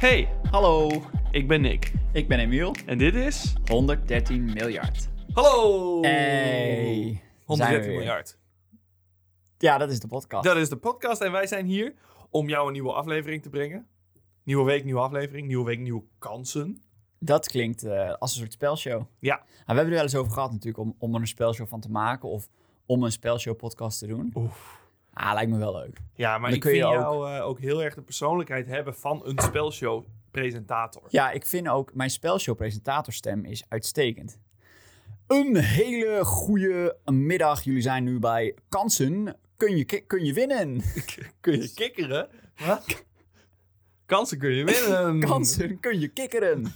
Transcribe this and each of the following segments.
Hey, Hallo, ik ben Nick ik ben Emiel. en dit is... 113 miljard. Hallo! Hey, 113 zijn we weer. miljard. Ja, dat is de podcast. Dat is de podcast en wij zijn hier om jou een nieuwe aflevering te brengen. Nieuwe week, nieuwe aflevering, nieuwe week, nieuwe kansen. Dat klinkt eh, als een soort spelshow. Nou, Ja. we hebben er wel eens over gehad natuurlijk om, om er een spelshow van te maken of om een spelshow podcast te doen. Oef. Ah, lijkt me wel leuk. Ja, maar Dan ik kun je vind ook- jou eh, ook heel erg de persoonlijkheid hebben van een spelshow presentator. Ja, ik vind ook mijn spelshow presentatorstem is uitstekend. Een hele goede middag. Jullie zijn nu bij Kansen. Kun je, ki- kun je winnen? Kun je kikkeren? Wat? Kansen kun je winnen. Kansen, kun je kikkeren?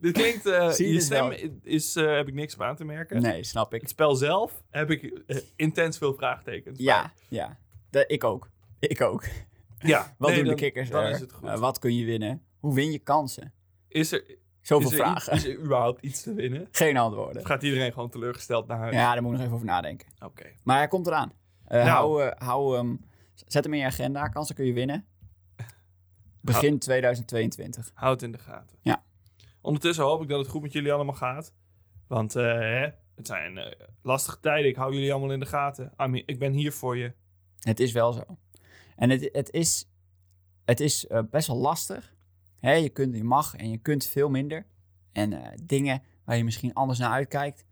Dit klinkt... eh, Zie je je het stem wel? is, eh, heb ik niks op aan te merken. Nee, snap ik. Het spel zelf heb ik eh, intens veel vraagtekens. Ja, ja. De- ik ook. Ik ook. ja. Wat nee, doen dan- de kikkers dan er? is het goed. Eh, wat kun je winnen? Hoe win je kansen? Is er, Zoveel is, er iets, vragen. is er überhaupt iets te winnen? Geen Of antwoorden. gaat iedereen gewoon teleurgesteld naar huis? Ja, daar moet ik nog even over nadenken. Oké. Maar hij komt eraan. Eh, Nou. Hou, eh, hou, ehm, z- zet hem in je agenda. Kansen kun je winnen. Begin 2022. Houd het in de gaten. Ja. Ondertussen hoop ik dat het goed met jullie allemaal gaat. Want eh, hè, het zijn eh, lastige tijden. Ik hou jullie allemaal in de gaten. Ami, ik ben hier voor je. Het is wel zo. En het, het is, het is eh, best wel lastig. Hè, je, kunt, je mag en je kunt veel minder. En eh, dingen waar je misschien anders naar uitkijkt,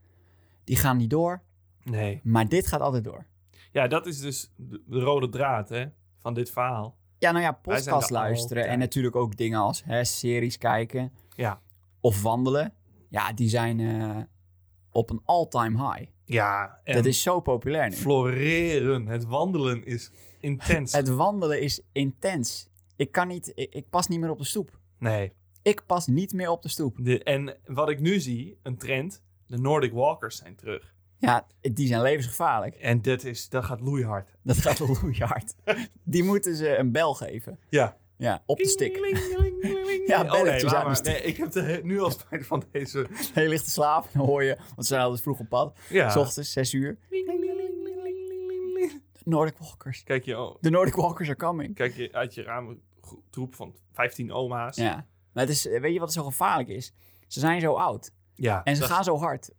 die gaan niet door. Nee. Maar dit gaat altijd door. Ja, dat is dus de de rode draad hè, van dit verhaal. Ja, nou ja, Wij zijn podcast er luisteren en altijd. natuurlijk ook dingen als hè, series kijken Ja. of wandelen. Ja, die zijn eh, op een all-time high. Ja, en Dat is zo populair nu. floreren. Het wandelen is intens. Het wandelen is intens. Ik kan niet, ik, ik pas niet meer op de stoep. Nee. Ik pas niet meer op de stoep. De, en wat ik nu zie, een trend, de Nordic Walkers zijn terug. Ja, die zijn levensgevaarlijk. En dat, is, dat gaat loeihard. Dat gaat loeihard. Die moeten ze een bel geven. Ja. Ja, op de stick. Kling, kling, kling, kling. Ja, oh nee, belletjes laat aan de maar. stick. nee, ik heb de, he- nu al spijt van deze. Hij ligt te slapen en dan hoor je, want ze zijn altijd vroeg op pad. Ja. S ochtends, zes uur. Nordic Walkers. Kijk je, oh, De Nordic Walkers are coming. kijk je uit je raam een gro- troep van 15 oma's. Ja. Maar het is, eh, weet je wat zo gevaarlijk is? Ze zijn zo oud. Ja, En ze dat, gaan zo hard.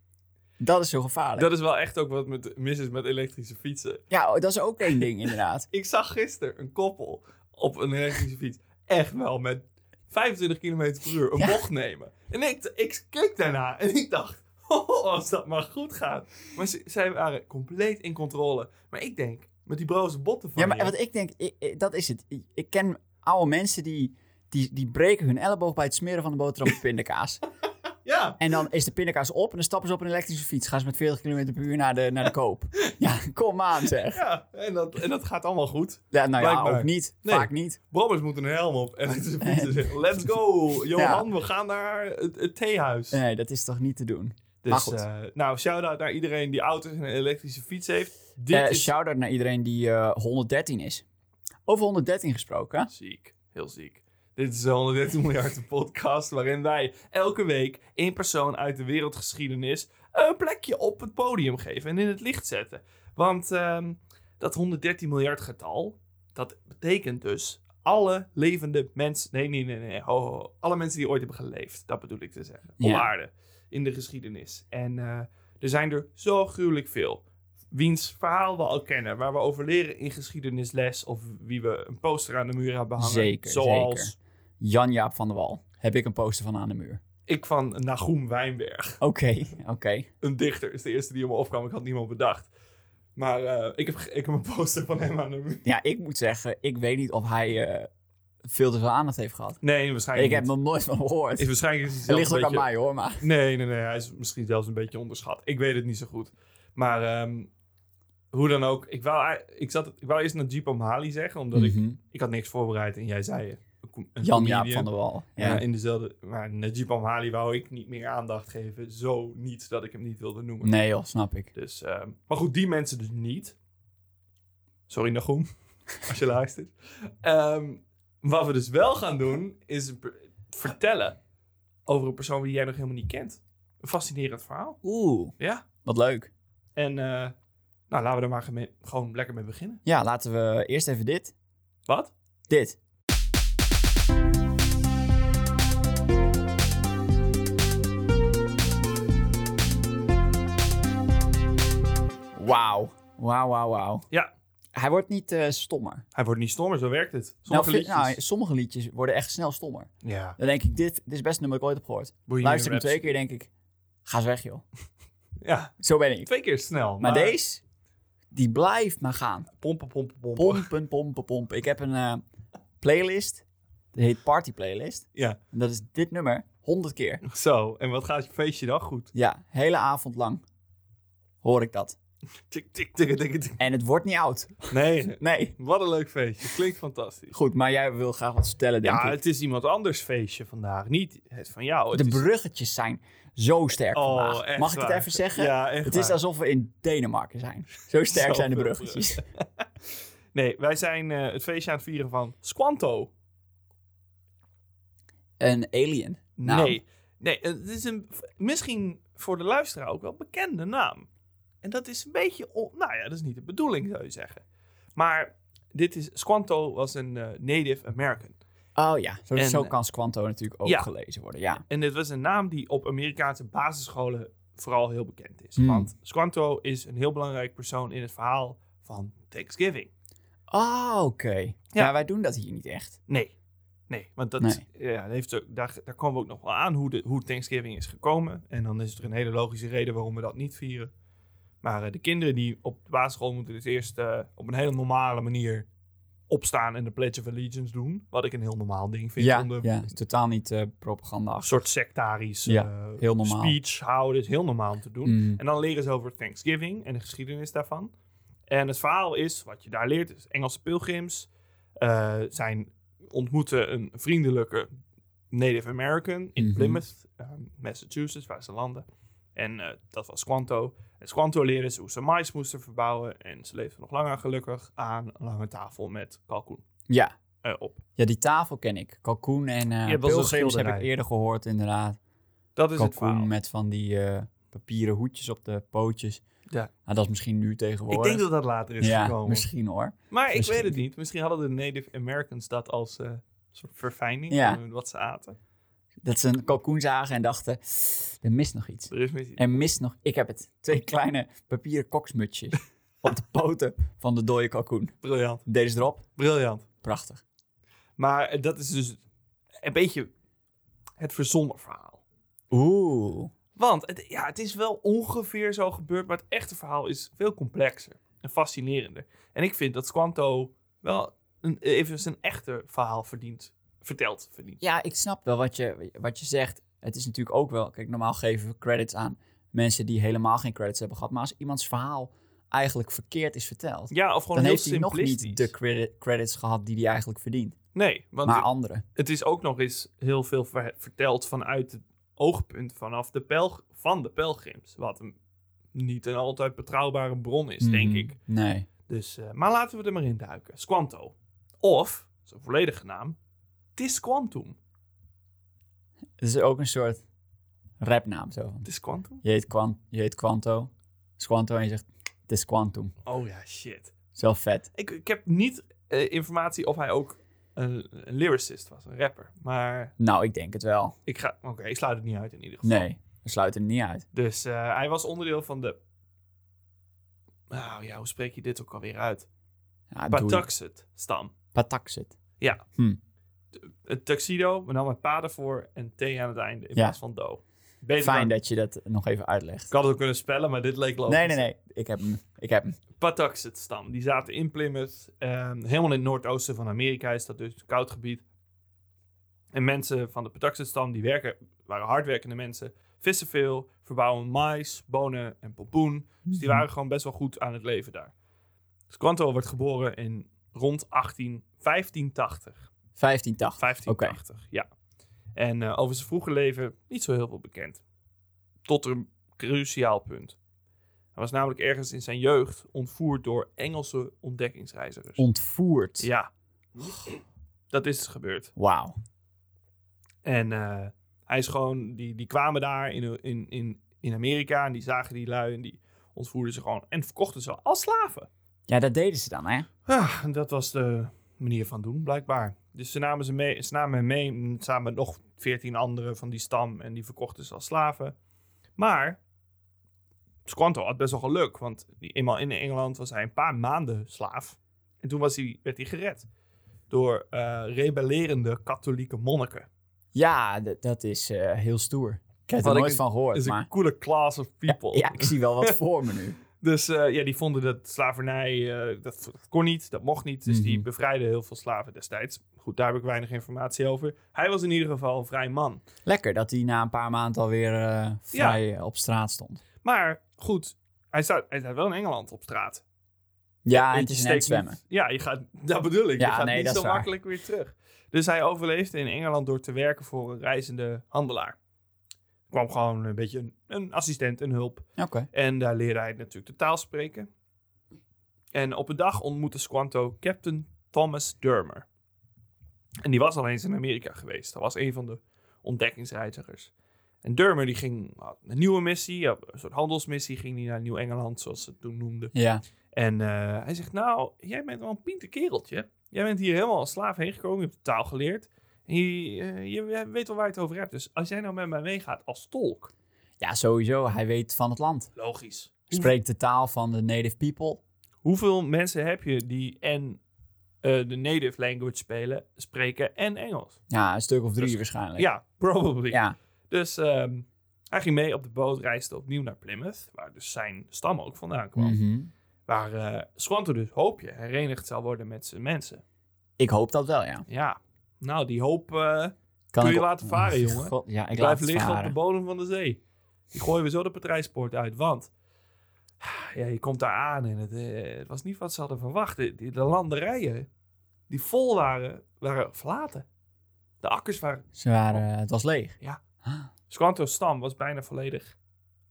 Dat is zo gevaarlijk. dat is wel echt ook wat met, mis is met elektrische fietsen. Ja, oh, dat is ook één ding inderdaad. Ik zag gisteren een koppel op een elektrische fiets echt wel met 25 km per uur een Ja. bocht nemen. En ik, ik keek daarna en ik dacht, oh, als dat maar goed gaat. Maar ze- zij waren compleet in controle. Maar ik denk, met die broze botten van Ja, maar je- wat ik denk, ik- ik- dat is het. Ik- Ik ken oude mensen die, die, die breken hun elleboog bij het smeren van de boterham met pindakaas. ja, En dan is de pindakaas op en dan stappen ze op een elektrische fiets. Gaan ze met 40 km per uur naar de, naar de koop. Ja, kom aan zeg. ja en, dat, en dat gaat allemaal goed. Ja, nou ja, Blijkbaar. ook niet. Nee. Vaak niet. Brommers moeten een helm op en elektrische fietsen zeggen, let's go, Johan, Ja. we gaan naar het, het theehuis. Nee, dat is toch niet te doen. maar Dus, goed. eh, nou, shout-out naar iedereen die auto's en een elektrische fiets heeft. Dit Eh is Shout-out naar iedereen die eh, 113 is. Over 113 gesproken. Ziek, heel ziek. Dit is de 113 miljard de podcast waarin wij elke week één persoon uit de wereldgeschiedenis een plekje op het podium geven en in het licht zetten. Want ehm, dat 113 miljard getal, dat betekent dus alle levende mensen. Nee, nee, nee, nee. Ho, ho, ho. Alle mensen die ooit hebben geleefd, dat bedoel ik te zeggen. Op Ja. aarde, in de geschiedenis. En eh, er zijn er zo gruwelijk veel. Wiens verhaal we al kennen, waar we over leren in geschiedenisles. of wie we een poster aan de muur hebben hangen. Zeker, Zoals zeker. Jan-Jaap van der Wal. Heb ik een poster van aan de muur. ik van Nagum Wijnberg. Oké, oké. Een dichter is de eerste die om me opkwam. Ik had niemand bedacht. Maar eh, ik, heb, ge- ik heb een poster van hem aan de muur. Ja, ik moet zeggen, ik weet niet of hij eh, veel te veel aandacht heeft gehad. Nee, Ik waarschijnlijk. heb niet. nog nooit van gehoord. Is waarschijnlijk is hij Het zelf ligt ook een beetje- aan mij hoor, maar... Nee, nee, nee. Hij is misschien zelfs een beetje onderschat. Ik weet het niet zo goed. Maar ehm, hoe dan ook. Ik wou, ik, zat, ik wou eerst naar Jeep O'Malley zeggen. Omdat ik, Mhm. ik had niks voorbereid. En jij zei eh, een com- een Jan-Jaap comedian. van der Wal. Ja. Ja. in dezelfde... Maar Najib Amhali wou ik niet meer aandacht geven. Zo niet dat ik hem niet wilde noemen. Nee joh, snap ik. Dus, ehm, maar goed, die mensen dus niet. Sorry Nagum, als je luistert. Ehm, wat we dus wel gaan doen, is een per- vertellen over een persoon die jij nog helemaal niet kent. Een fascinerend verhaal. Oeh, Ja. wat leuk. En eh, nou, laten we er maar geme- gewoon lekker mee beginnen. Ja, laten we eerst even dit. Wat? Dit. Wauw. Wauw, wauw, wauw. Ja. Hij wordt niet eh, stommer. Hij wordt niet stommer, zo werkt het. Nou, Sommige vi- liedjes. nou, sommige liedjes worden echt snel stommer. ja. Dan denk ik, dit, dit is best een nummer dat ik ooit heb gehoord. Boeien Luister ik hem raps. twee keer, denk ik, ga eens weg joh. Ja, Zo ben ik. twee keer snel. Maar, deze, die blijft maar gaan. Pompen, pompen, pompen. Pompen, pompen, pompen. Ik heb een eh, playlist, die heet Party Playlist. Ja. En dat is dit nummer, honderd keer. Zo, en wat gaat je feestje dan goed? Ja, hele avond lang hoor ik dat. Tik, tik, tik, tik, tik. En het wordt niet oud. Nee, Nee. wat een leuk feestje. Klinkt fantastisch. Goed, maar jij wil graag wat vertellen, denk Ja, ik. het is iemand anders feestje vandaag. Niet het van jou. Het De is- bruggetjes zijn zo sterk Oh, vandaag. echt Mag ik het waar. even zeggen? Ja, echt het is waar. alsof we in Denemarken zijn. Zo sterk zijn de bruggetjes. Nee, wij zijn eh, het feestje aan het vieren van Squanto. Een alien. Nou, naam. Nee, nee, het is een misschien voor de luisteraar ook wel bekende naam. En dat is een beetje, on- nou ja, dat is niet de bedoeling zou je zeggen. Maar dit is, Squanto was een eh, Native American. Oh ja, zo, En- zo kan Squanto natuurlijk ook Ja. gelezen worden. Ja. En dit was een naam die op Amerikaanse basisscholen vooral heel bekend is. Hmm. Want Squanto is een heel belangrijk persoon in het verhaal van Thanksgiving. Oh, oké. Ja. wij doen dat hier niet echt. Nee. Nee, want dat, Nee. Ja, dat heeft, ook- daar, daar komen we ook nog wel aan hoe, de, hoe Thanksgiving is gekomen. En dan is er een hele logische reden waarom we dat niet vieren. Maar eh, de kinderen die op de basisschool moeten dus eerst eh, op een hele normale manier opstaan en de Pledge of Allegiance doen. Wat ik een heel normaal ding vind. Ja, onder ja, is totaal niet eh Een propaganda. soort sectarisch Ja, eh, heel normaal. speech houden. is heel normaal om te doen. Mm. En dan leren ze over Thanksgiving en de geschiedenis daarvan. En het verhaal is, wat je daar leert, is Engelse pilgrims eh, zijn, ontmoeten een vriendelijke Native American in Mhm. Plymouth, eh, Massachusetts, waar ze landen. En eh, dat was Squanto. En Squanto leerden ze hoe ze mais moesten verbouwen. En ze leefden nog langer gelukkig aan een lange tafel met kalkoen Ja. eh, op. ja, die tafel ken ik. Kalkoen en eh was een pilgrims heb schilderij. ik eerder gehoord, inderdaad. Dat is het verhaal. Kalkoen met van die eh, papieren hoedjes op de pootjes. Ja. Nou, dat is misschien nu Ik tegenwoordig. denk dat dat later is ja, gekomen. misschien hoor. Maar ik Misschien. weet het niet. Misschien hadden de Native Americans dat als eh, soort verfijning Ja. van wat ze aten. Dat ze een kalkoen zagen en dachten, er mist nog iets. Er is mis- Er mist nog, ik heb het, twee kleine papieren koksmutsjes op de poten van de dode kalkoen. Briljant. Deze erop, Briljant. prachtig. Maar eh, dat is dus een beetje het verzonnen verhaal. Oeh. Want het, ja, het is wel ongeveer zo gebeurd, maar het echte verhaal is veel complexer en fascinerender. En ik vind dat Squanto wel een, even zijn echte verhaal verdient, verteld verdient. Ja, ik snap wel wat je, wat je zegt. Het is natuurlijk ook wel, kijk, normaal geven we credits aan mensen die helemaal geen credits hebben gehad. Maar als iemands verhaal eigenlijk verkeerd is verteld, Ja, of gewoon dan heel heeft hij nog simplistisch. niet de credi- credits gehad die hij eigenlijk verdient. Nee, want Maar anderen. het is ook nog eens heel veel ver- verteld vanuit het oogpunt vanaf de pelg van de pelgrims. Wat een, niet een altijd betrouwbare bron is, dus denk Mm, ik. Nee. Dus, eh, maar laten we er maar in duiken. Squanto. Of, zijn volledige naam, Tisquantum. Het is ook een soort rapnaam zo van. Tisquantum? Je heet, Quan- je heet Quanto. Squanto en je zegt, het is Quantum. Oh ja, shit. Dat is wel vet. Ik, ik heb niet eh, informatie of hij ook een, een lyricist was, een rapper. Maar Nou, ik denk het wel. ik ga, oké, ik sluit het niet uit in ieder geval. Nee, we sluiten het niet uit. Dus eh, hij was onderdeel van de... Nou ja, hoe spreek je dit ook alweer uit? Ja, doei. Patuxet-stam. Pataxit. Ja. Hm. Het tuxedo, maar dan met paden voor en T aan het einde in Ja. plaats van do. Beter Fijn dan- dat je dat nog even uitlegt. Ik had het ook kunnen spellen, maar dit leek logisch. Nee, nee, nee. Ik heb hem. Ik heb hem. Patuxet-stam. Die zaten in Plymouth. ehm, helemaal in het noordoosten van Amerika is dat dus koud gebied. En mensen van de Patuxet-stam, die werken, waren hardwerkende mensen. Vissen veel, verbouwen mais, bonen en pompoen. Dus Mhm. die waren gewoon best wel goed aan het leven daar. Squanto wordt geboren in rond 18, 1580. 1580. 1580, ja. En eh, over zijn vroege leven niet zo heel veel bekend. Tot een cruciaal punt. Hij was namelijk ergens in zijn jeugd ontvoerd door Engelse ontdekkingsreizigers. Ontvoerd. ja, dat is dus gebeurd. Wauw. En eh, hij is gewoon, die, die kwamen daar in, in, in, in Amerika en die zagen die lui en die ontvoerden ze gewoon en verkochten ze als slaven. Ja, dat deden ze dan, hè? Ja, Ah, en dat was de manier van doen, blijkbaar. Dus ze namen, ze mee, ze namen hem mee, mm, samen met nog veertien anderen van die stam, en die verkochten ze als slaven. Maar Squanto had best wel geluk, want die, eenmaal in Engeland was hij een paar maanden slaaf. En toen was hij, werd hij gered door eh, rebellerende katholieke monniken. Ja, d- dat is eh, heel stoer. Ik heb Wat er ik- nooit van Dat gehoord, is Dus een maar... coole class of people. Ja, ik zie wel wat voor me nu. Dus eh, ja, die vonden dat slavernij, eh, dat, dat kon niet, dat mocht niet. Dus die Mhm. bevrijden heel veel slaven destijds. Goed, daar heb ik weinig informatie over. Hij was in ieder geval een vrij man. Lekker dat hij na een paar maanden alweer eh, vrij eh, op straat stond. Maar goed, hij staat, hij staat wel in Engeland op straat. Want Ja, en Ah, het je is steekt net zwemmen. niet- ja, je gaat, dat bedoel ik. Ja, je gaat nee, niet dat zo is waar. makkelijk weer terug. Dus hij overleefde in Engeland door te werken voor een reizende handelaar. Er kwam gewoon een beetje een, een assistent, een hulp. Oké. En daar leerde hij natuurlijk de taal spreken. En op een dag ontmoette Squanto Captain Thomas Dermer. En die was al eens in Amerika geweest. Dat was een van de ontdekkingsreizigers. En Dermer die ging had een nieuwe missie, ja, een soort handelsmissie, ging die naar Nieuw-Engeland, zoals ze het toen noemden. Ja. En eh, hij zegt, nou, jij bent wel een pinter kereltje. Jij bent hier helemaal als slaaf heen gekomen, je hebt de taal geleerd. En je, eh, je weet wel waar je het over hebt. Dus als jij nou met mij meegaat als tolk, ja, sowieso. Hij weet van het land. logisch. Spreekt de taal van de native people. Hoeveel mensen heb je die en eh, de native language spelen, spreken en Engels? Ja, een stuk of drie Dus- waarschijnlijk. Ja, probably. Ja. Dus ehm, hij ging mee op de boot, reisde opnieuw naar Plymouth, waar dus zijn stam ook vandaan kwam. Mhm. Waar eh Squanto dus, hoop je, herenigd zal worden met zijn mensen. Ik hoop dat wel, ja. Ja, nou die hoop eh Kan Kun ik je op- laten varen, jongen. God, ja, ik laat blijft het liggen op varen. de bodem van de zee. Die gooien we zo de patrijspoort uit, want... Ja, je komt daar aan en het, eh, het was niet wat ze hadden verwacht. De, de- de landerijen die vol waren, waren verlaten. De akkers waren... Ze waren, eh, het was leeg. Ja. Ah. Squanto's stam was bijna volledig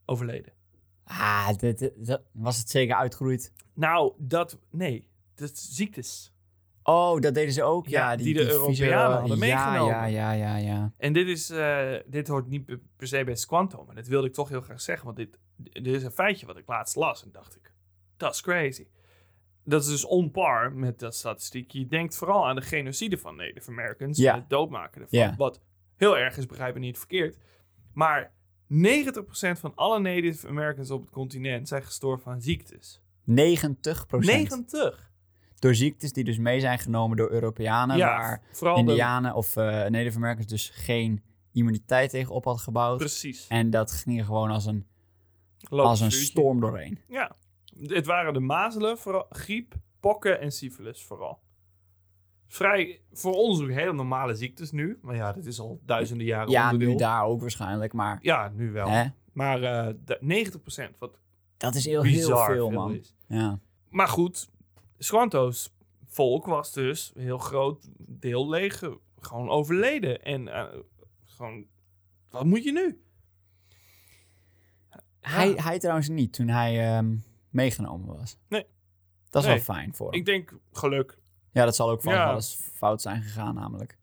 overleden. Ah, dit, dit- dat- was het zeker uitgeroeid. Nou, dat... Nee, dat is ziektes. Oh, dat deden ze ook. Ja, Ja, die de vieze- Europeanen hadden ja, meegenomen. Ja, ja, ja, ja. En dit, is, eh, dit hoort niet per- per se bij Squanto, maar dat wilde ik toch heel graag zeggen. Want dit, dit is een feitje wat ik laatst las en dacht ik, dat is crazy. Dat is dus on par met dat statistiek. Je denkt vooral aan de genocide van Native Americans, Ja. en het doodmaken ervan. Ja. Wat heel erg is, begrijp me niet verkeerd. Maar 90% van alle Native Americans op het continent zijn gestorven aan ziektes. 90 90! Door ziektes die dus mee zijn genomen door Europeanen. Ja, waar vooral de... Indianen of eh Native Americans dus geen immuniteit tegen op had gebouwd. Precies. En dat ging er gewoon als een, Loopt als een vuurtje. storm doorheen. Ja, het waren de mazelen, vooral, griep, pokken en syfilis vooral. Vrij, voor ons ook hele normale ziektes nu. Maar ja, dat is al duizenden jaren Ja, onderdeel. nu daar ook waarschijnlijk, maar ja, nu wel. hè? Maar eh, de- 90%, wat dat is heel, heel bizar veel, veel man. is. Ja. Maar goed, Squanto's volk was dus een heel groot deel leeg. eh, Gewoon overleden. En eh, gewoon, wat moet je nu? Hij, hij trouwens niet, toen hij ehm, meegenomen was. Nee. Dat is Nee. wel fijn voor hem. Ik denk geluk. Ja, dat zal ook van Ja. alles fout zijn gegaan namelijk.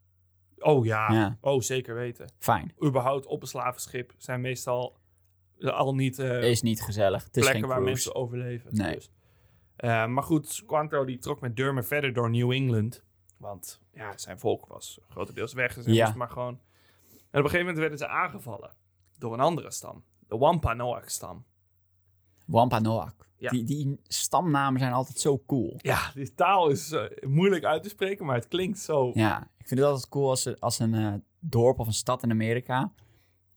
Oh ja. Ja. Oh, zeker weten. Fijn. überhaupt op een slavenschip zijn meestal al niet eh, Is niet gezellig. Het is plekken geen waar cruise. mensen overleven. Nee. Dus. Eh, maar goed, Squanto die trok met Durmer verder door New England. Want ja, zijn volk was grotendeels weg. Dus hij Ja. moest maar gewoon... En op een gegeven moment werden ze aangevallen door een andere stam. De Wampanoag-stam. Wampanoag. Ja. Die, die stamnamen zijn altijd zo cool. Ja, die taal is eh, moeilijk uit te spreken, maar het klinkt zo... Ja, ik vind het altijd cool als, als een eh, dorp of een stad in Amerika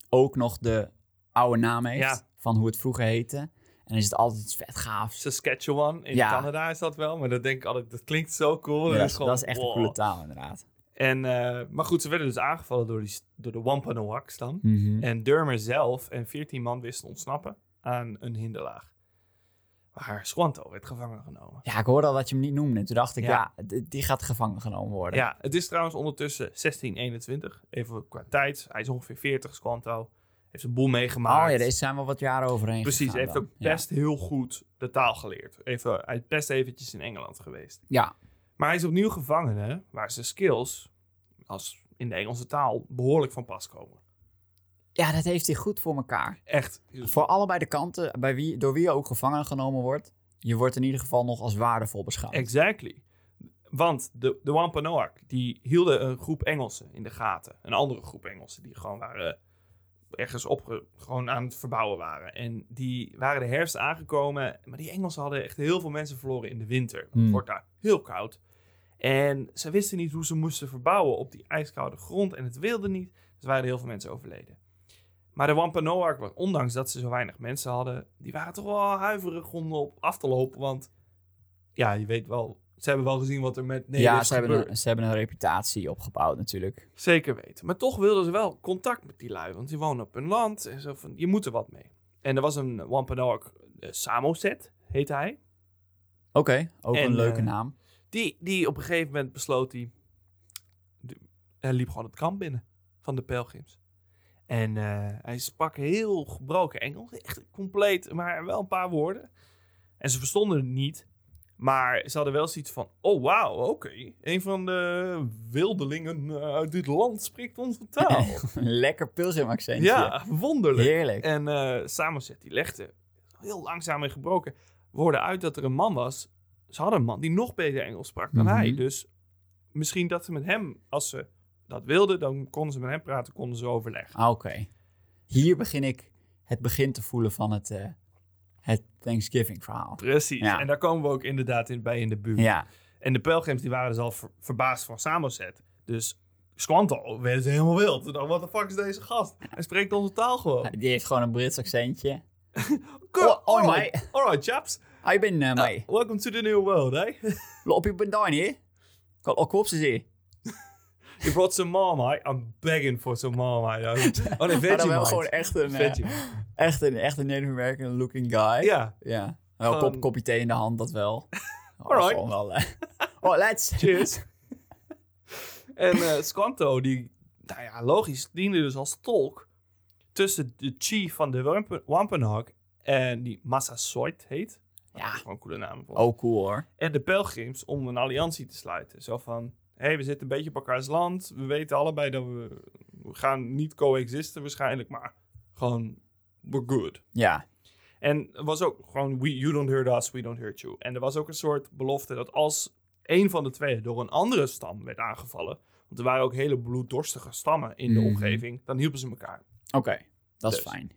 ook nog de oude naam heeft Ja. van hoe het vroeger heette. En dan is het altijd iets vet gaafs. Saskatchewan in Ja. Canada is dat wel, maar dat denk ik altijd, dat klinkt zo cool. Oh, Ja, dat dat, is gewoon, is echt een wow. coole taal inderdaad. En, eh, maar goed, ze werden dus aangevallen door, die, door de Wampanoag-stam. Mhm. En Durmer zelf en 14 man wisten ontsnappen aan een hinderlaag. Maar Squanto werd gevangen genomen. Ja, ik hoorde al dat je hem niet noemde. Toen dacht ik, ja, Ja. d- die gaat gevangen genomen worden. Ja, het is trouwens ondertussen 1621. Even qua tijd. Hij is ongeveer 40, Squanto. Heeft een boel meegemaakt. oh ja, deze zijn wel wat jaren overheen Precies, gegaan hij heeft dan. ook Ja. best heel goed de taal geleerd. Even, hij is best eventjes in Engeland geweest. Ja. Maar hij is opnieuw gevangen, hè, waar zijn skills, als in de Engelse taal, behoorlijk van pas komen. ja, dat heeft hij goed voor elkaar. Echt. Voor allebei de kanten, bij wie, door wie je ook gevangen genomen wordt, je wordt in ieder geval nog als waardevol beschouwd. Exactly. Want de, de Wampanoag, die hielden een groep Engelsen in de gaten. Een andere groep Engelsen die gewoon waren ergens op gewoon aan het verbouwen waren. En die waren de herfst aangekomen. Maar die Engelsen hadden echt heel veel mensen verloren in de winter. Want het Hmm. wordt daar heel koud. En ze wisten niet hoe ze moesten verbouwen op die ijskoude grond. En het wilde niet. Dus er waren heel veel mensen overleden. Maar de Wampanoag, ondanks dat ze zo weinig mensen hadden, die waren toch wel huiverig om op af te lopen. Want ja, je weet wel, ze hebben wel gezien wat er met Nederland ja, is ze hebben, gebeurd. een, ze hebben een reputatie opgebouwd natuurlijk. Zeker weten. Maar toch wilden ze wel contact met die lui, want die wonen op hun land. En zo van, je moet er wat mee. En er was een Wampanoag eh, Samoset, heette hij. Oké, ook En, een leuke eh, naam. Die, die op een gegeven moment besloot hij... de- Hij liep gewoon het kamp binnen van de pelgrims. En eh, hij sprak heel gebroken Engels. Echt compleet, maar wel een paar woorden. En ze verstonden het niet. Maar ze hadden wel zoiets van... Oh, wauw, oké. Een van de wildelingen eh, uit dit land spreekt onze taal. Lekker pilsum accentje. ja, wonderlijk. Heerlijk. En eh Samoset die legde heel langzaam en gebroken woorden uit dat er een man was. Ze hadden een man die nog beter Engels sprak dan Mhm. hij. Dus misschien dat ze met hem, als ze dat wilden, dan konden ze met hem praten, konden ze overleggen. Ah, Oké. Hier begin ik het begin te voelen van het, eh, het Thanksgiving verhaal. Precies. Ja. En daar komen we ook inderdaad in, bij in de buurt. Ja, En de pelgrims die waren dus al ver- verbaasd van Samoset. Dus Squanto werd ze helemaal wild. Ze dachten, wat de fuck is deze gast? Hij spreekt onze taal gewoon. die heeft gewoon een Brits accentje. All oh, alright, alright, chaps. Hij ben Ah. eh mee. Welcome to the new world, eh? Loop je bandaan hier? Kan ook op ze zien. You brought some marmite. I'm begging for some marmite. Oh, oh nee, Maar dan wel gewoon Vegemite. echt een, eh, Vegemite. echt een, echt een Native American looking guy. Ja, Ja. Wel Gewoon- kop, kopje thee in de hand, dat wel. Oh, Alright. gewoon wel, eh. oh, let's. cheers. en eh, Squanto, die, nou ja, logisch, diende dus als tolk tussen de chief van de Wampa- Wampanoag en die Massasoit heet. Ja. Dat is gewoon een coole naam. voor. Oh, cool hoor. En de pelgrims om een alliantie te sluiten. Zo van, hé, hey, we zitten een beetje op elkaars land. We weten allebei dat we, we gaan niet coexisten waarschijnlijk, maar gewoon, we're good. Ja. En er was ook gewoon, we, you don't hurt us, we don't hurt you. En er was ook een soort belofte dat als een van de twee door een andere stam werd aangevallen, want er waren ook hele bloeddorstige stammen in de Mhm. omgeving, dan hielpen ze elkaar. Oké, dat is Dus. fijn.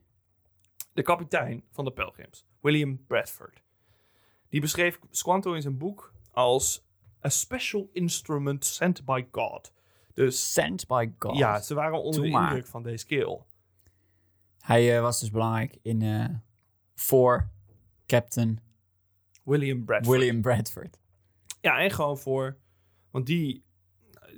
De kapitein van de pelgrims, William Bradford, die beschreef Squanto in zijn boek als a special instrument sent by God. Dus Sent by God. ja, ze waren onder Doe de maar. indruk van deze keel. Hij eh, was dus belangrijk in eh, voor Captain William Bradford. William Bradford. Ja, en gewoon voor. Want die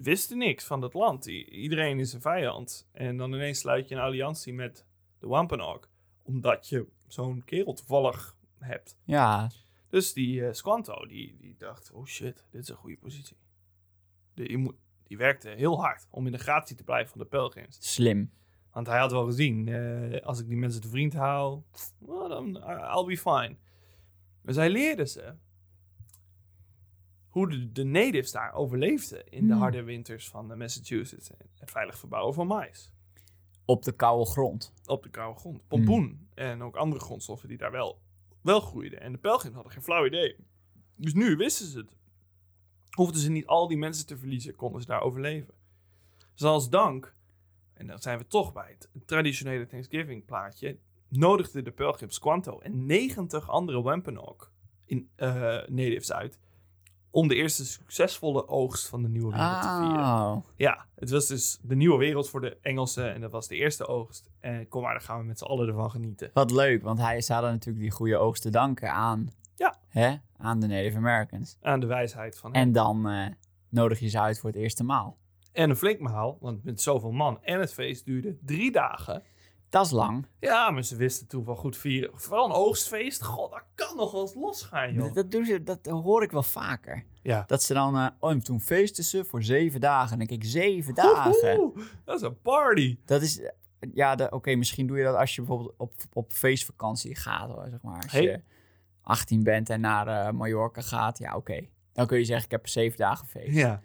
wisten niks van dat land. I- Iedereen is een vijand. En dan ineens sluit je een alliantie met de Wampanoag. Omdat je zo'n kerel toevallig hebt. Ja, Dus die eh, Squanto, die, die dacht: oh shit, dit is een goede positie. Die, die, moet- die werkte heel hard om in de gratie te blijven van de pelgrims. slim. Want hij had wel gezien: eh, als ik die mensen te vriend hou, well, dan I- I'll be fine. Dus hij leerde ze hoe de, de natives daar overleefden in de Hmm. harde winters van eh, Massachusetts. en Het veilig verbouwen van mais Op de koude grond. op de koude grond. Pompoen en ook andere grondstoffen die daar wel, wel groeiden. En de pelgrims hadden geen flauw idee. Dus nu wisten ze het. Hoefden ze niet al die mensen te verliezen, konden ze daar overleven. Dus als dank, en dan zijn we toch bij het traditionele Thanksgiving plaatje, nodigden de pelgrims Quanto en 90 andere Wampanoag in, eh, natives uit om de eerste succesvolle oogst van de nieuwe wereld te vieren. Oh, Ja, het was dus de nieuwe wereld voor de Engelsen en dat was de eerste oogst. En kom maar, dan gaan we met z'n allen ervan genieten. wat leuk, want hij, ze hadden natuurlijk die goede oogst te danken aan, Ja. hè, aan de Native Americans. Aan de wijsheid van hem. En, En dan eh, nodig je ze uit voor het eerste maal. een flink maal, want met zoveel man en het feest duurde drie dagen. Dat is lang. Ja, maar ze wisten toen wel goed vieren. Vooral een oogstfeest, god, dat kan nog wel eens losgaan, joh. Dat, dat doen ze, dat hoor ik wel vaker. Ja. Dat ze dan, eh, oh, en toen feesten ze voor zeven dagen. En ik denk, ik, zeven dagen? Woehoe, dat is een party. Dat is, eh, ja, de- oké, misschien doe je dat als je bijvoorbeeld op, op feestvakantie gaat, hoor, zeg maar. Als Hey. je 18 bent en naar eh, Mallorca gaat, ja, oké. Dan kun je zeggen, ik heb zeven dagen feest. Ja.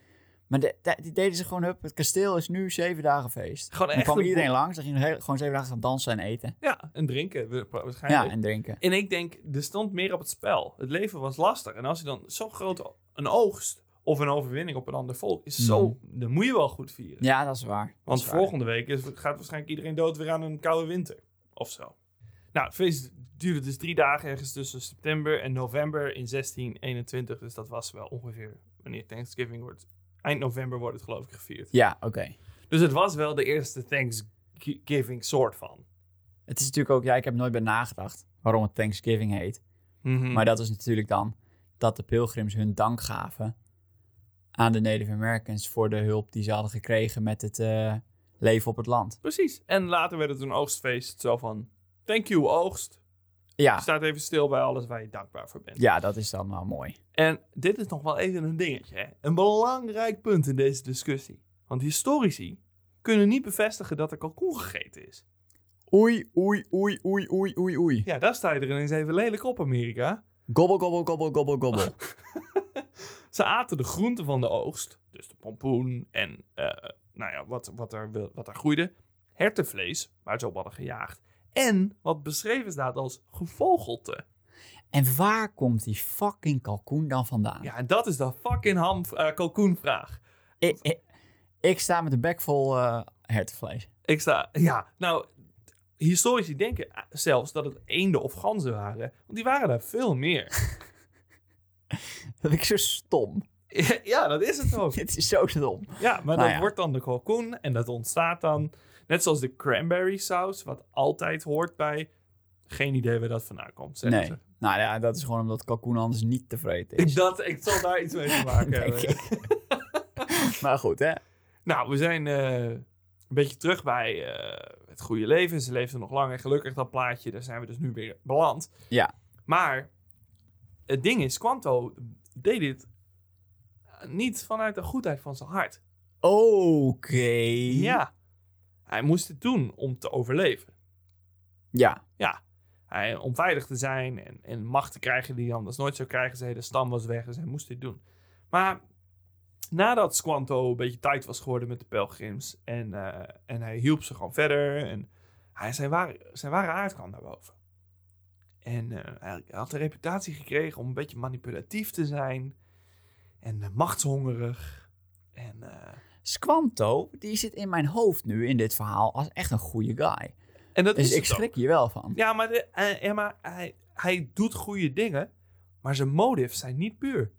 Maar de, de- die deden ze gewoon, hup, het kasteel is nu zeven dagen feest. Gewoon Dan echt kwam een iedereen langs, dan ging heel- gewoon zeven dagen gaan dansen en eten. Ja, en drinken wa- Ja, waarschijnlijk. en drinken. En ik denk, er stond meer op het spel. Het leven was lastig. En als je dan zo'n groot o- een oogst Of een overwinning op een ander volk is Mm. zo. Dan moet je wel goed vieren. Ja, dat is waar. Dat Want is waar. volgende week is, gaat waarschijnlijk iedereen dood weer aan een koude winter. Of zo. Nou, het feest duurde dus drie dagen ergens tussen september en november in 1621. Dus dat was wel ongeveer wanneer Thanksgiving wordt. Eind november wordt het geloof ik gevierd. Ja, oké. Dus het was wel de eerste Thanksgiving soort van. Het is natuurlijk ook, ja, ik heb er nooit bij nagedacht waarom het Thanksgiving heet. Mhm. Maar dat is natuurlijk dan dat de pilgrims hun dank gaven aan de Native Americans voor de hulp die ze hadden gekregen met het eh, leven op het land. Precies. En later werd het een oogstfeest. Zo van, thank you oogst. Ja, Staat even stil bij alles waar je dankbaar voor bent. ja dat is dan wel mooi. En dit is nog wel even een dingetje. Hè? Een belangrijk punt in deze discussie. Want historici kunnen niet bevestigen dat er kalkoen gegeten is. Oei, oei, oei, oei, oei, oei, oei. Ja, daar sta je er ineens even lelijk op, Amerika. Gobbel, gobbel, gobbel, gobbel, gobbel. Ze aten de groenten van de oogst. Dus de pompoen en eh, nou ja, wat, wat, er, wil- wat er groeide. Hertenvlees, waar ze op hadden gejaagd. En wat beschreven staat als gevogelte. En waar komt die fucking kalkoen dan vandaan? Ja, en dat is de fucking ham eh, kalkoenvraag. Ik, ik, ik sta met een bek vol eh hertenvlees. Ik sta, ja, nou, historici denken eh, zelfs dat het eenden of ganzen waren. Want die waren daar veel meer. Dat vind ik zo stom. ja, dat is het ook. Dit is zo stom. Ja, maar Nou dat ja. wordt dan de kalkoen en dat ontstaat dan, net zoals de cranberry saus, wat altijd hoort bij, geen idee waar dat vandaan komt, zeggen Nee. ze. Nou ja, dat is gewoon omdat kalkoen anders niet te vreten is. Dat, ik zal daar iets mee te maken Denk hebben. ik. maar goed, hè? Nou, we zijn eh, een beetje terug bij eh, het goede leven. Ze leefden nog lang en gelukkig dat plaatje. Daar zijn we dus nu weer beland. Ja. Maar het ding is, Quanto deed dit eh, niet vanuit de goedheid van zijn hart. Oké. Ja. Hij moest het doen om te overleven. Ja. Hij, om veilig te zijn en, en macht te krijgen die hij anders nooit zou krijgen. Zijn hele stam was weg, dus hij moest dit doen. Maar nadat Squanto een beetje tijd was geworden met de pelgrims... en, eh, en hij hielp ze gewoon verder... en hij, zijn, ware, zijn ware aard kwam naar boven. En eh, hij had de reputatie gekregen om een beetje manipulatief te zijn... en eh, machtshongerig. En eh, Squanto, die zit in mijn hoofd nu in dit verhaal als echt een goede guy. en dat Dus is ik het ook. schrik hier wel van. Ja, maar, de- eh, ja, maar hij, hij doet goede dingen, maar zijn motives zijn niet puur.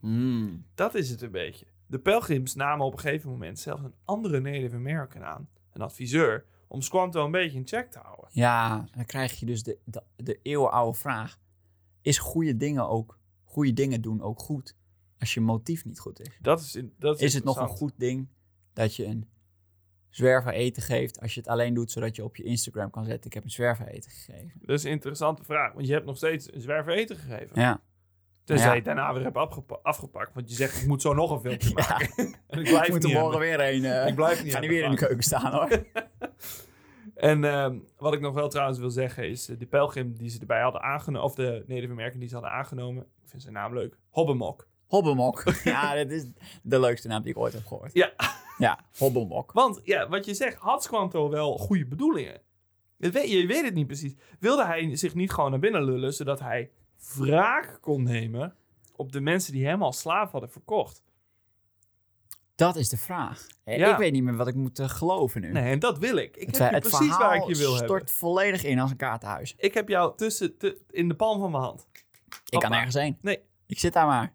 Hmm. Dat is het een beetje. De pelgrims namen op een gegeven moment zelfs een andere Native American aan, een adviseur, om Squanto een beetje in check te houden. Ja, dan krijg je dus de, de, de eeuwenoude vraag. Is goede dingen ook, goede dingen doen ook goed? Als je motief niet goed is. Dat is, in- dat is, Is het nog een interessant. goed ding dat je een zwerver eten geeft als je het alleen doet zodat je op je Instagram kan zetten. Ik heb een zwerver eten gegeven. Dat is een interessante vraag, want je hebt nog steeds een zwerver eten gegeven. Ja. Tenzij Ja. je het daarna weer hebt afgepa- afgepakt, want je zegt, ik moet zo nog een filmpje Ja. maken. en ik blijf niet Ik moet er hebben. morgen weer heen. eh. Ik blijf Ik niet ga niet hebben, weer in de Frank. keuken staan hoor. En ehm, wat ik nog wel trouwens wil zeggen is, eh, de pelgrim die ze erbij hadden aangenomen, of de Native American die ze hadden aangenomen, ik vind zijn naam leuk, Hobbemok. Hobbelmok. Ja, dat is de leukste naam die ik ooit heb gehoord. Ja. Ja, Hobbelmok. Want ja, wat je zegt, had Squanto wel goede bedoelingen? Je weet, je weet het niet precies. Wilde hij zich niet gewoon naar binnen lullen, zodat hij wraak kon nemen op de mensen die hem als slaaf hadden verkocht? Dat is de vraag. Eh, Ja. Ik weet niet meer wat ik moet eh, geloven nu. Nee, en dat wil ik. Ik het heb je het precies verhaal waar ik je wil stort hebben. volledig in als een kaartenhuis. Ik heb jou tussen, te- in de palm van mijn hand. Ik kan Hoppa. nergens heen. Nee. Ik zit daar maar.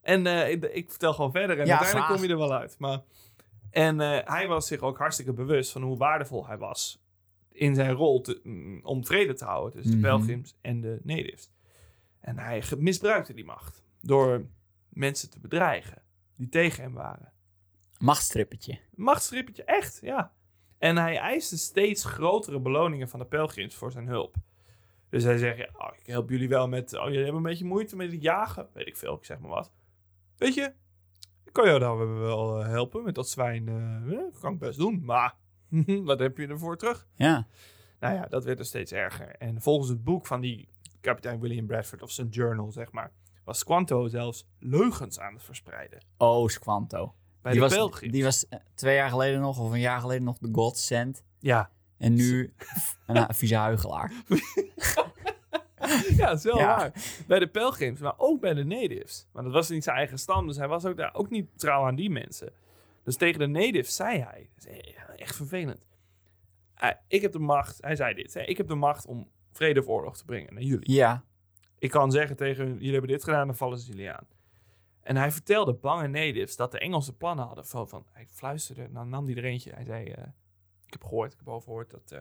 En eh, ik, ik vertel gewoon verder. En Ja, uiteindelijk graag. kom je er wel uit. Maar, en eh, hij was zich ook hartstikke bewust van hoe waardevol hij was. In zijn rol te- mm, om vrede te houden tussen Mhm. de pelgrims en de natives. En hij ge- misbruikte die macht. Door mensen te bedreigen. Die tegen hem waren. Machtstrippetje. Machtsrippetje, echt, ja. En hij eiste steeds grotere beloningen van de pelgrims voor zijn hulp. Dus hij zegt, ja, oh, ik help jullie wel met... Oh, jullie hebben een beetje moeite met het jagen. Weet ik veel, ik zeg maar wat. Weet je, ik kan jou dan wel eh, helpen met dat zwijn. eh, ja, kan ik best doen, maar wat heb je ervoor terug? Ja. Nou ja, dat werd er steeds erger. En volgens het boek van die kapitein William Bradford, of zijn journal, zeg maar... was Squanto zelfs leugens aan het verspreiden. Oh, Squanto. Bij die, de was, pelgrims. die was eh, twee jaar geleden nog, of een jaar geleden nog, de godsend. Ja, En nu een eh, vieze huigelaar. ja, dat is wel Ja. waar. Bij de pelgrims, maar ook bij de natives. Maar dat was niet zijn eigen stam, dus hij was ook daar ook niet trouw aan die mensen. Dus tegen de natives zei hij, dat is e- echt vervelend. Hij- Ik heb de macht, hij zei dit, hè, ik heb de macht om vrede of oorlog te brengen naar jullie. Ja, Ik kan zeggen tegen hun, jullie hebben dit gedaan, dan vallen ze jullie aan. En hij vertelde bange natives dat de Engelsen plannen hadden. Van, van, hij fluisterde, dan nam hij er eentje. Hij zei, eh, ik heb gehoord, ik heb overhoord dat eh,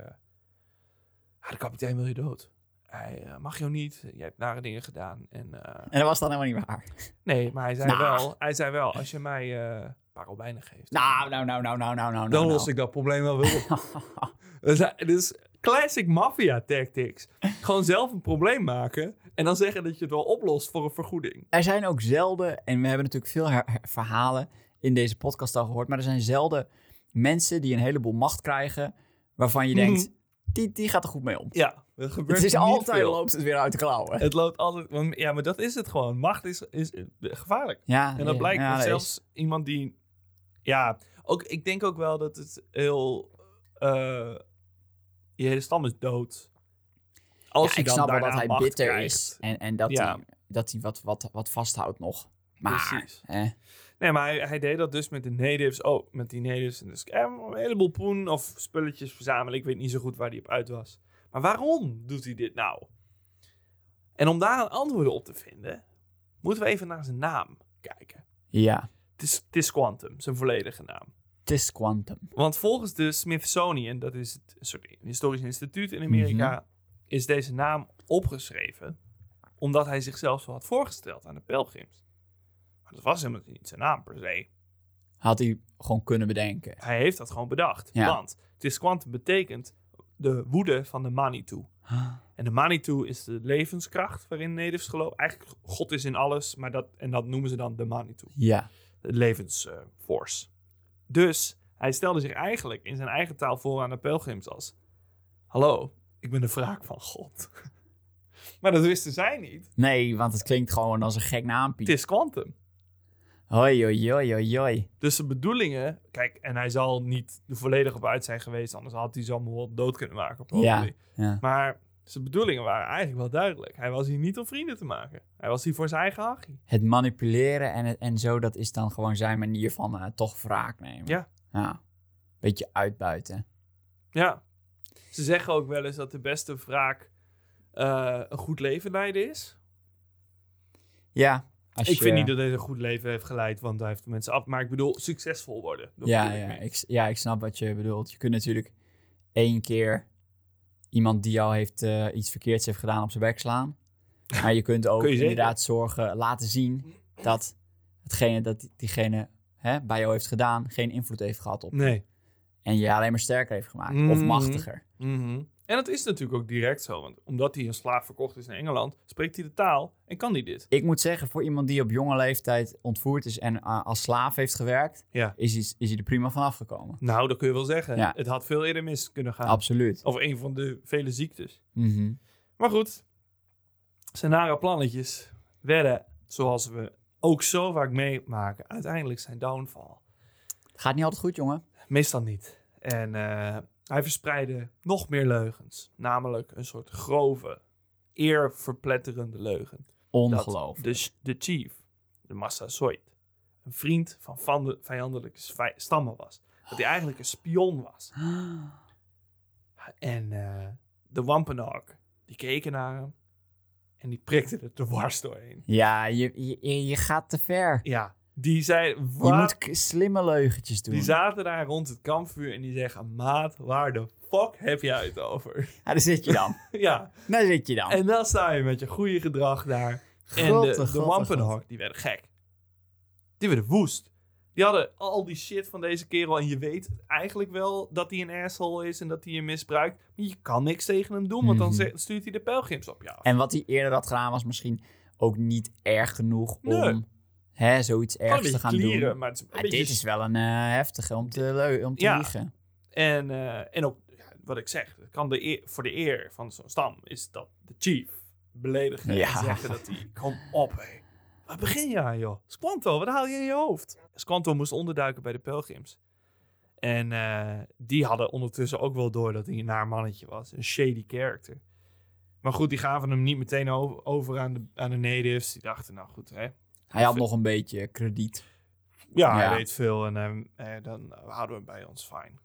ah, de kapitein wil je dood. Hij eh, mag jou niet, je hebt nare dingen gedaan. En, eh, en dat was dan helemaal niet waar. nee, maar hij zei, Nou. wel, hij zei wel, als je mij eh, een paar robijnen geeft. Nou, nou, nou, nou, nou, nou, nou. dan nou. los ik dat probleem wel weer op. Dus, hij- dus classic maffia tactics. Gewoon zelf een probleem maken en dan zeggen dat je het wel oplost voor een vergoeding. Er zijn ook zelden, en we hebben natuurlijk veel her- her- verhalen in deze podcast al gehoord, maar er zijn zelden mensen die een heleboel macht krijgen waarvan je Mhm. denkt, die, die gaat er goed mee om. Ja, er gebeurt Het is niet altijd veel. loopt het weer uit de klauwen. Het loopt altijd. want- Ja, maar dat is het gewoon. Macht is, is eh, gevaarlijk. Ah, Ja, En dat blijkt ja, dat dat zelfs iemand die. Ja, ook, ik denk ook wel dat het heel. eh, je hele stam is dood. Als Ja, je ik dan snap wel daarna dat hij macht bitter krijgt. is en, en dat Ja. hij, dat hij wat, wat, wat vasthoudt nog. Maar, Precies. eh, Nee, maar hij, hij deed dat dus met de natives. Oh, met die natives. En dus eh, een heleboel poen of spulletjes verzamelen. Ik weet niet zo goed waar hij op uit was. Maar waarom doet hij dit nou? En om daar een antwoord op te vinden, moeten we even naar zijn naam kijken. ja, Het is- het is Quantum, zijn volledige naam. het is quantum. Want volgens de Smithsonian, dat is het sorry, historisch instituut in Amerika, is deze naam opgeschreven omdat hij zichzelf zo had voorgesteld aan de pelgrims. Maar dat was helemaal niet zijn naam per se. Had hij gewoon kunnen bedenken. Hij heeft dat gewoon bedacht. Ja. Want Tisquantum betekent de woede van de Manitou. En de Manitou is de levenskracht waarin Natives geloven. Eigenlijk, God is in alles, maar dat, en dat noemen ze dan de Manitou. Ja, De levensforce. dus hij stelde zich eigenlijk in zijn eigen taal voor aan de pelgrims als... Hallo, ik ben de wraak van God. maar dat wisten zij niet. nee, want het klinkt gewoon als een gek naampie. Tisquantum. Hoi, hoi, hoi, hoi, hoi. Dus zijn bedoelingen, kijk, en hij zal niet er volledig op uit zijn geweest, anders had hij ze allemaal wel dood kunnen maken. probably. ja. Maar zijn bedoelingen waren eigenlijk wel duidelijk. Hij was hier niet om vrienden te maken. Hij was hier voor zijn eigen hachie. het manipuleren en, het, en zo, dat is dan gewoon zijn manier van eh, toch wraak nemen. Ja. ja. Beetje uitbuiten. Ja. Ze zeggen ook wel eens dat de beste wraak eh, een goed leven leiden is. Ja. Als Ik je- vind niet dat hij een goed leven heeft geleid, want hij heeft mensen af. Maar ik bedoel, succesvol worden. Dat Ja, bedoel ik ja, mee. ik, ja, ik snap wat je bedoelt. Je kunt natuurlijk één keer iemand die al heeft, eh, iets verkeerds heeft gedaan op zijn bek slaan. Maar je kunt ook Kun je zeker. inderdaad zorgen, laten zien dat hetgene dat diegene hè, bij jou heeft gedaan geen invloed heeft gehad op. Nee. En je alleen maar sterker heeft gemaakt. Of Mhm. machtiger. Mhm. En dat is natuurlijk ook direct zo, want omdat hij een slaaf verkocht is naar Engeland, spreekt hij de taal en kan hij dit. Ik moet zeggen, voor iemand die op jonge leeftijd ontvoerd is en eh, als slaaf heeft gewerkt, Ja. is, hij, is hij er prima van afgekomen. Nou, dat kun je wel zeggen. Ja. Het had veel eerder mis kunnen gaan. Absoluut. of een van de vele ziektes. Mhm. Maar goed, zijn nare plannetjes werden, zoals we ook zo vaak meemaken, uiteindelijk zijn downfall. Het gaat niet altijd goed, jongen. Meestal niet. En eh, hij verspreidde nog meer leugens. Namelijk een soort grove, eerverpletterende leugen. Ongelooflijk. Dat de, de chief, de Massasoit, een vriend van vande- vijandelijke svij- stammen was. Dat hij eigenlijk een spion was. En eh, de Wampanoag, die keken naar hem en die prikten er dwars doorheen. Ja, je, je, je gaat te ver. Ja, die zei, Je "Waar-" moet k- slimme leugentjes doen. Die zaten daar rond het kampvuur en die zeggen, maat, waar de fuck heb jij het over? Ja, daar zit je dan. ja, daar zit je dan. en dan sta je met je goede gedrag daar. en God, de, God, de God. Wampanoag, die werden gek. Die werden woest. Die hadden al die shit van deze kerel en je weet eigenlijk wel dat hij een asshole is en dat hij je misbruikt. Maar je kan niks tegen hem doen, want dan Mhm. ze- stuurt hij de pelgrims op jou. En wat hij eerder had gedaan was misschien ook niet erg genoeg om Nee. hè, zoiets ergs te gaan doen. maar het is een Maar beetje dit is wel een eh, heftige om te, leu- om te Ja. liegen. En, eh, en ook ja, wat ik zeg, het kan de eer, voor de eer van zo'n stam is dat de chief beledigen Ja. en zeggen dat hij, kom op hé. Waar begin je aan joh? Squanto, wat haal je in je hoofd? Squanto moest onderduiken bij de pelgrims. En eh, die hadden ondertussen ook wel door dat hij een naar mannetje was. Een shady character. Maar goed, die gaven hem niet meteen o- over aan de, aan de natives. Die dachten, nou goed, hè. Hij had nog een beetje krediet. Ja, Ja. hij weet veel en eh, eh, dan houden we hem bij ons fijn.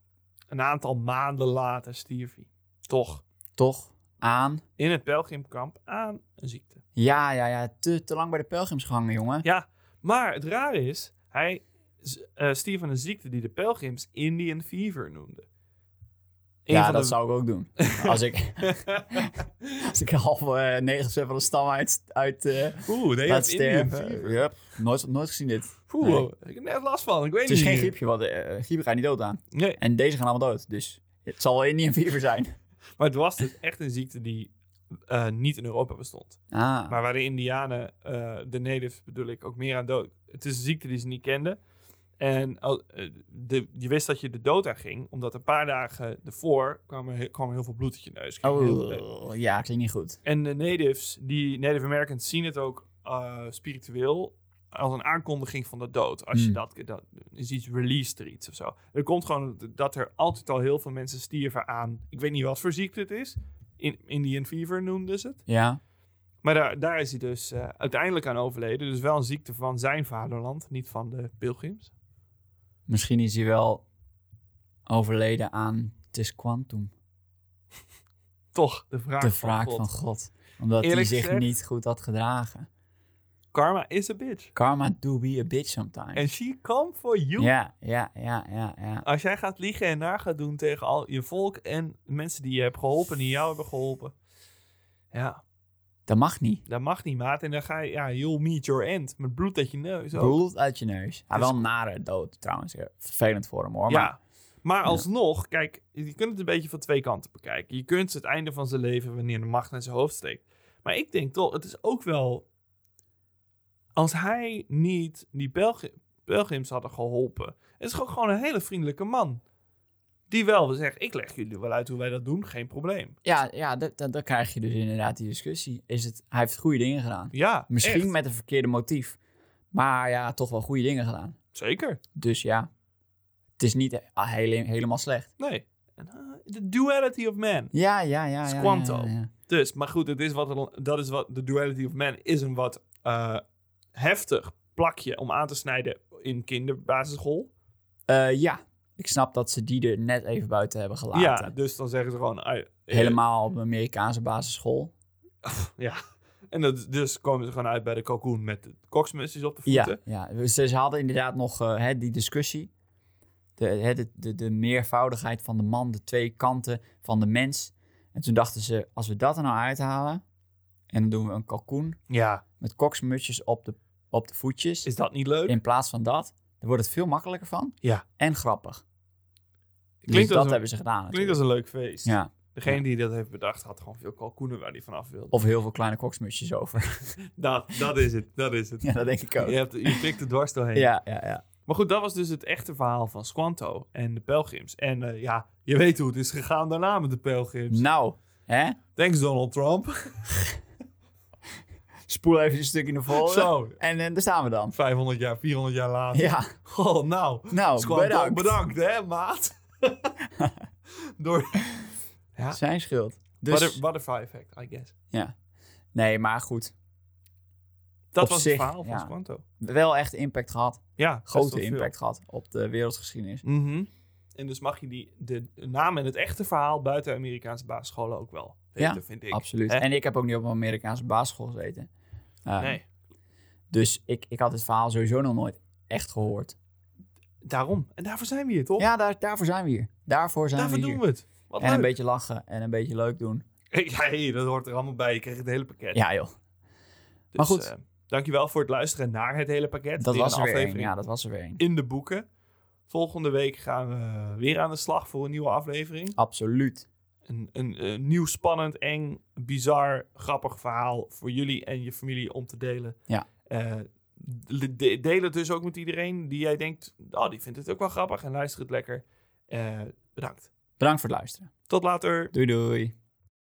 Een aantal maanden later stierf hij. Toch. Toch? Aan. In het Pelgrimkamp aan een ziekte. Ja, ja, ja. Te, te lang bij de pelgrims gehangen, jongen. Ja, maar het rare is, hij z- eh, stierf van een ziekte die de pelgrims Indian Fever noemden. Een Ja, van dat de- zou ik ook doen. Als ik, als ik half eh 90% van de stam uit, uit eh, Oeh, nee, laat dat Indian sterven. Fever. Yep. Nooit, nooit gezien dit. Oeh, Nee. ik heb net last van, ik weet Het is niet. geen griepje, want eh griepen gaan niet dood aan. Nee, En deze gaan allemaal dood. Dus het zal wel Indian fever zijn. maar het was dus echt een ziekte die eh, niet in Europa bestond. Ah, Maar waar de Indianen, eh, de natives bedoel ik, ook meer aan dood. Het is een ziekte die ze niet kenden. En al- eh, de, je wist dat je de dood aan ging, omdat een paar dagen ervoor kwam er, he- kwam er heel veel bloed uit je neus. Ging heel veel- oh, ja, klinkt niet goed. En de natives, die Native Americans, zien het ook eh, spiritueel als een aankondiging van de dood. Als je Hmm. dat, dat is iets released er iets of zo. Er komt gewoon dat er altijd al heel veel mensen stierven aan. Ik weet niet wat voor ziekte het is. In, Indian Fever noemden ze het. Ja, Maar daar, daar is hij dus eh, uiteindelijk aan overleden. Dus wel een ziekte van zijn vaderland, niet van de pilgrims. misschien is hij wel overleden aan Tisquantum. Toch, de vraag, De wraak God. van God. Omdat hij Eerlijk zich gezegd- niet goed had gedragen. Karma is a bitch. Karma do be a bitch sometimes. And she come for you. Ja, ja, ja, ja, ja. Als jij gaat liegen en naar gaat doen tegen al je volk en mensen die je hebt geholpen, die jou hebben geholpen. Ja, Dat mag niet. dat mag niet, maat. En dan ga je, ja, you'll meet your end. Met bloed uit je neus. ook. Bloed uit je neus. Hij Dus- wel een nare dood trouwens. Ja, Vervelend voor hem hoor. Maar Ja. Maar alsnog, kijk, je kunt het een beetje van twee kanten bekijken. Je kunt het einde van zijn leven wanneer de macht naar zijn hoofd steekt. Maar ik denk toch, het is ook wel. Als hij niet die Belgi Belgiums hadden geholpen. Het is gewoon- gewoon een hele vriendelijke man. Die wel zegt: Ik leg jullie wel uit hoe wij dat doen, geen probleem. ja, ja dat- dat- dan krijg je dus inderdaad die discussie. Is het, hij heeft goede dingen gedaan. Ja, Misschien echt. met een verkeerde motief. Maar ja, toch wel goede dingen gedaan. Zeker. Dus ja, het is niet he- ah, hele- helemaal slecht. Nee. En, ah, The duality of man. Ja, ja, ja. ja, ja, Squanto. ja, ja. Dus, maar goed, het is wat er- dat is wat. De Duality of Man is een wat eh, heftig plakje om aan te snijden in kinderbasisschool. Eh, ja, ik snap dat ze die er net even buiten hebben gelaten. Ja, dus dan zeggen ze gewoon. ah, eh, Helemaal op een Amerikaanse basisschool. En dat, dus komen ze gewoon uit bij de kalkoen met de koksmutsjes op de Ja, voeten. ja. Dus Ze, ze hadden inderdaad nog eh, hè, die discussie. De, hè, de, de, de meervoudigheid van de man, de twee kanten van de mens. En toen dachten ze, als we dat er nou uithalen... en dan doen we een kalkoen Ja. met koksmutsjes op de, op de voetjes... Is dat niet leuk? in plaats van dat, dan wordt het veel makkelijker van. Ja. En grappig. dus Klinkt dat als, een, hebben ze gedaan klinkt als een leuk feest. natuurlijk. Ja. Degene Ja. die dat heeft bedacht had gewoon veel kalkoenen waar hij vanaf wilde. Of heel veel kleine koksmutsjes over. Dat, dat is het, dat is het. ja, dat denk ik ook. Je, hebt, je prikt er dwars doorheen. Ja, ja, ja. Maar goed, dat was dus het echte verhaal van Squanto en de pelgrims. En eh, ja, je weet hoe het is gegaan daarna met de pelgrims. Nou, hè? Thanks Donald Trump. spoel even een stukje naar voren. Zo. En eh, daar staan we dan. 500 jaar, 400 jaar later. Ja, Goh, nou. nou, Squanto, bedankt. bedankt. hè, maat. Door... Ja. Zijn schuld. Dus, Butter- butterfly effect, I guess. nee, maar goed. Dat Op was zich, het verhaal van ja. Squanto. Wel echt impact gehad. Ja, best wel Grote veel. impact gehad op de wereldgeschiedenis. Mhm. En dus mag je die, de naam en het echte verhaal buiten Amerikaanse basisscholen ook wel weten, Ja, vind ik. Absoluut. Hè? En ik heb ook niet op een Amerikaanse basisschool gezeten. Eh, Nee, Dus ik, ik had het verhaal sowieso nog nooit echt gehoord. daarom. En daarvoor zijn we hier, toch? Ja, daar, daarvoor zijn we hier. Daarvoor zijn daarvoor we doen hier. we het. Wat en een leuk. beetje lachen en een beetje leuk doen. Ja, hey, dat hoort er allemaal bij. Je krijgt het hele pakket. Ja joh, Dus, maar goed. eh, dankjewel voor het luisteren naar het hele pakket. dat Weer was een er weer één. aflevering Ja, dat was er weer één. in de boeken. Volgende week gaan we weer aan de slag voor een nieuwe aflevering. Absoluut. Een, een, een nieuw spannend, eng, bizar, grappig verhaal voor jullie en je familie om te delen. Ja. Eh, de- de- deel het dus ook met iedereen die jij denkt, oh, die vindt het ook wel grappig en luister het lekker. Eh, bedankt. Bedankt voor het luisteren. Tot later. Doei doei.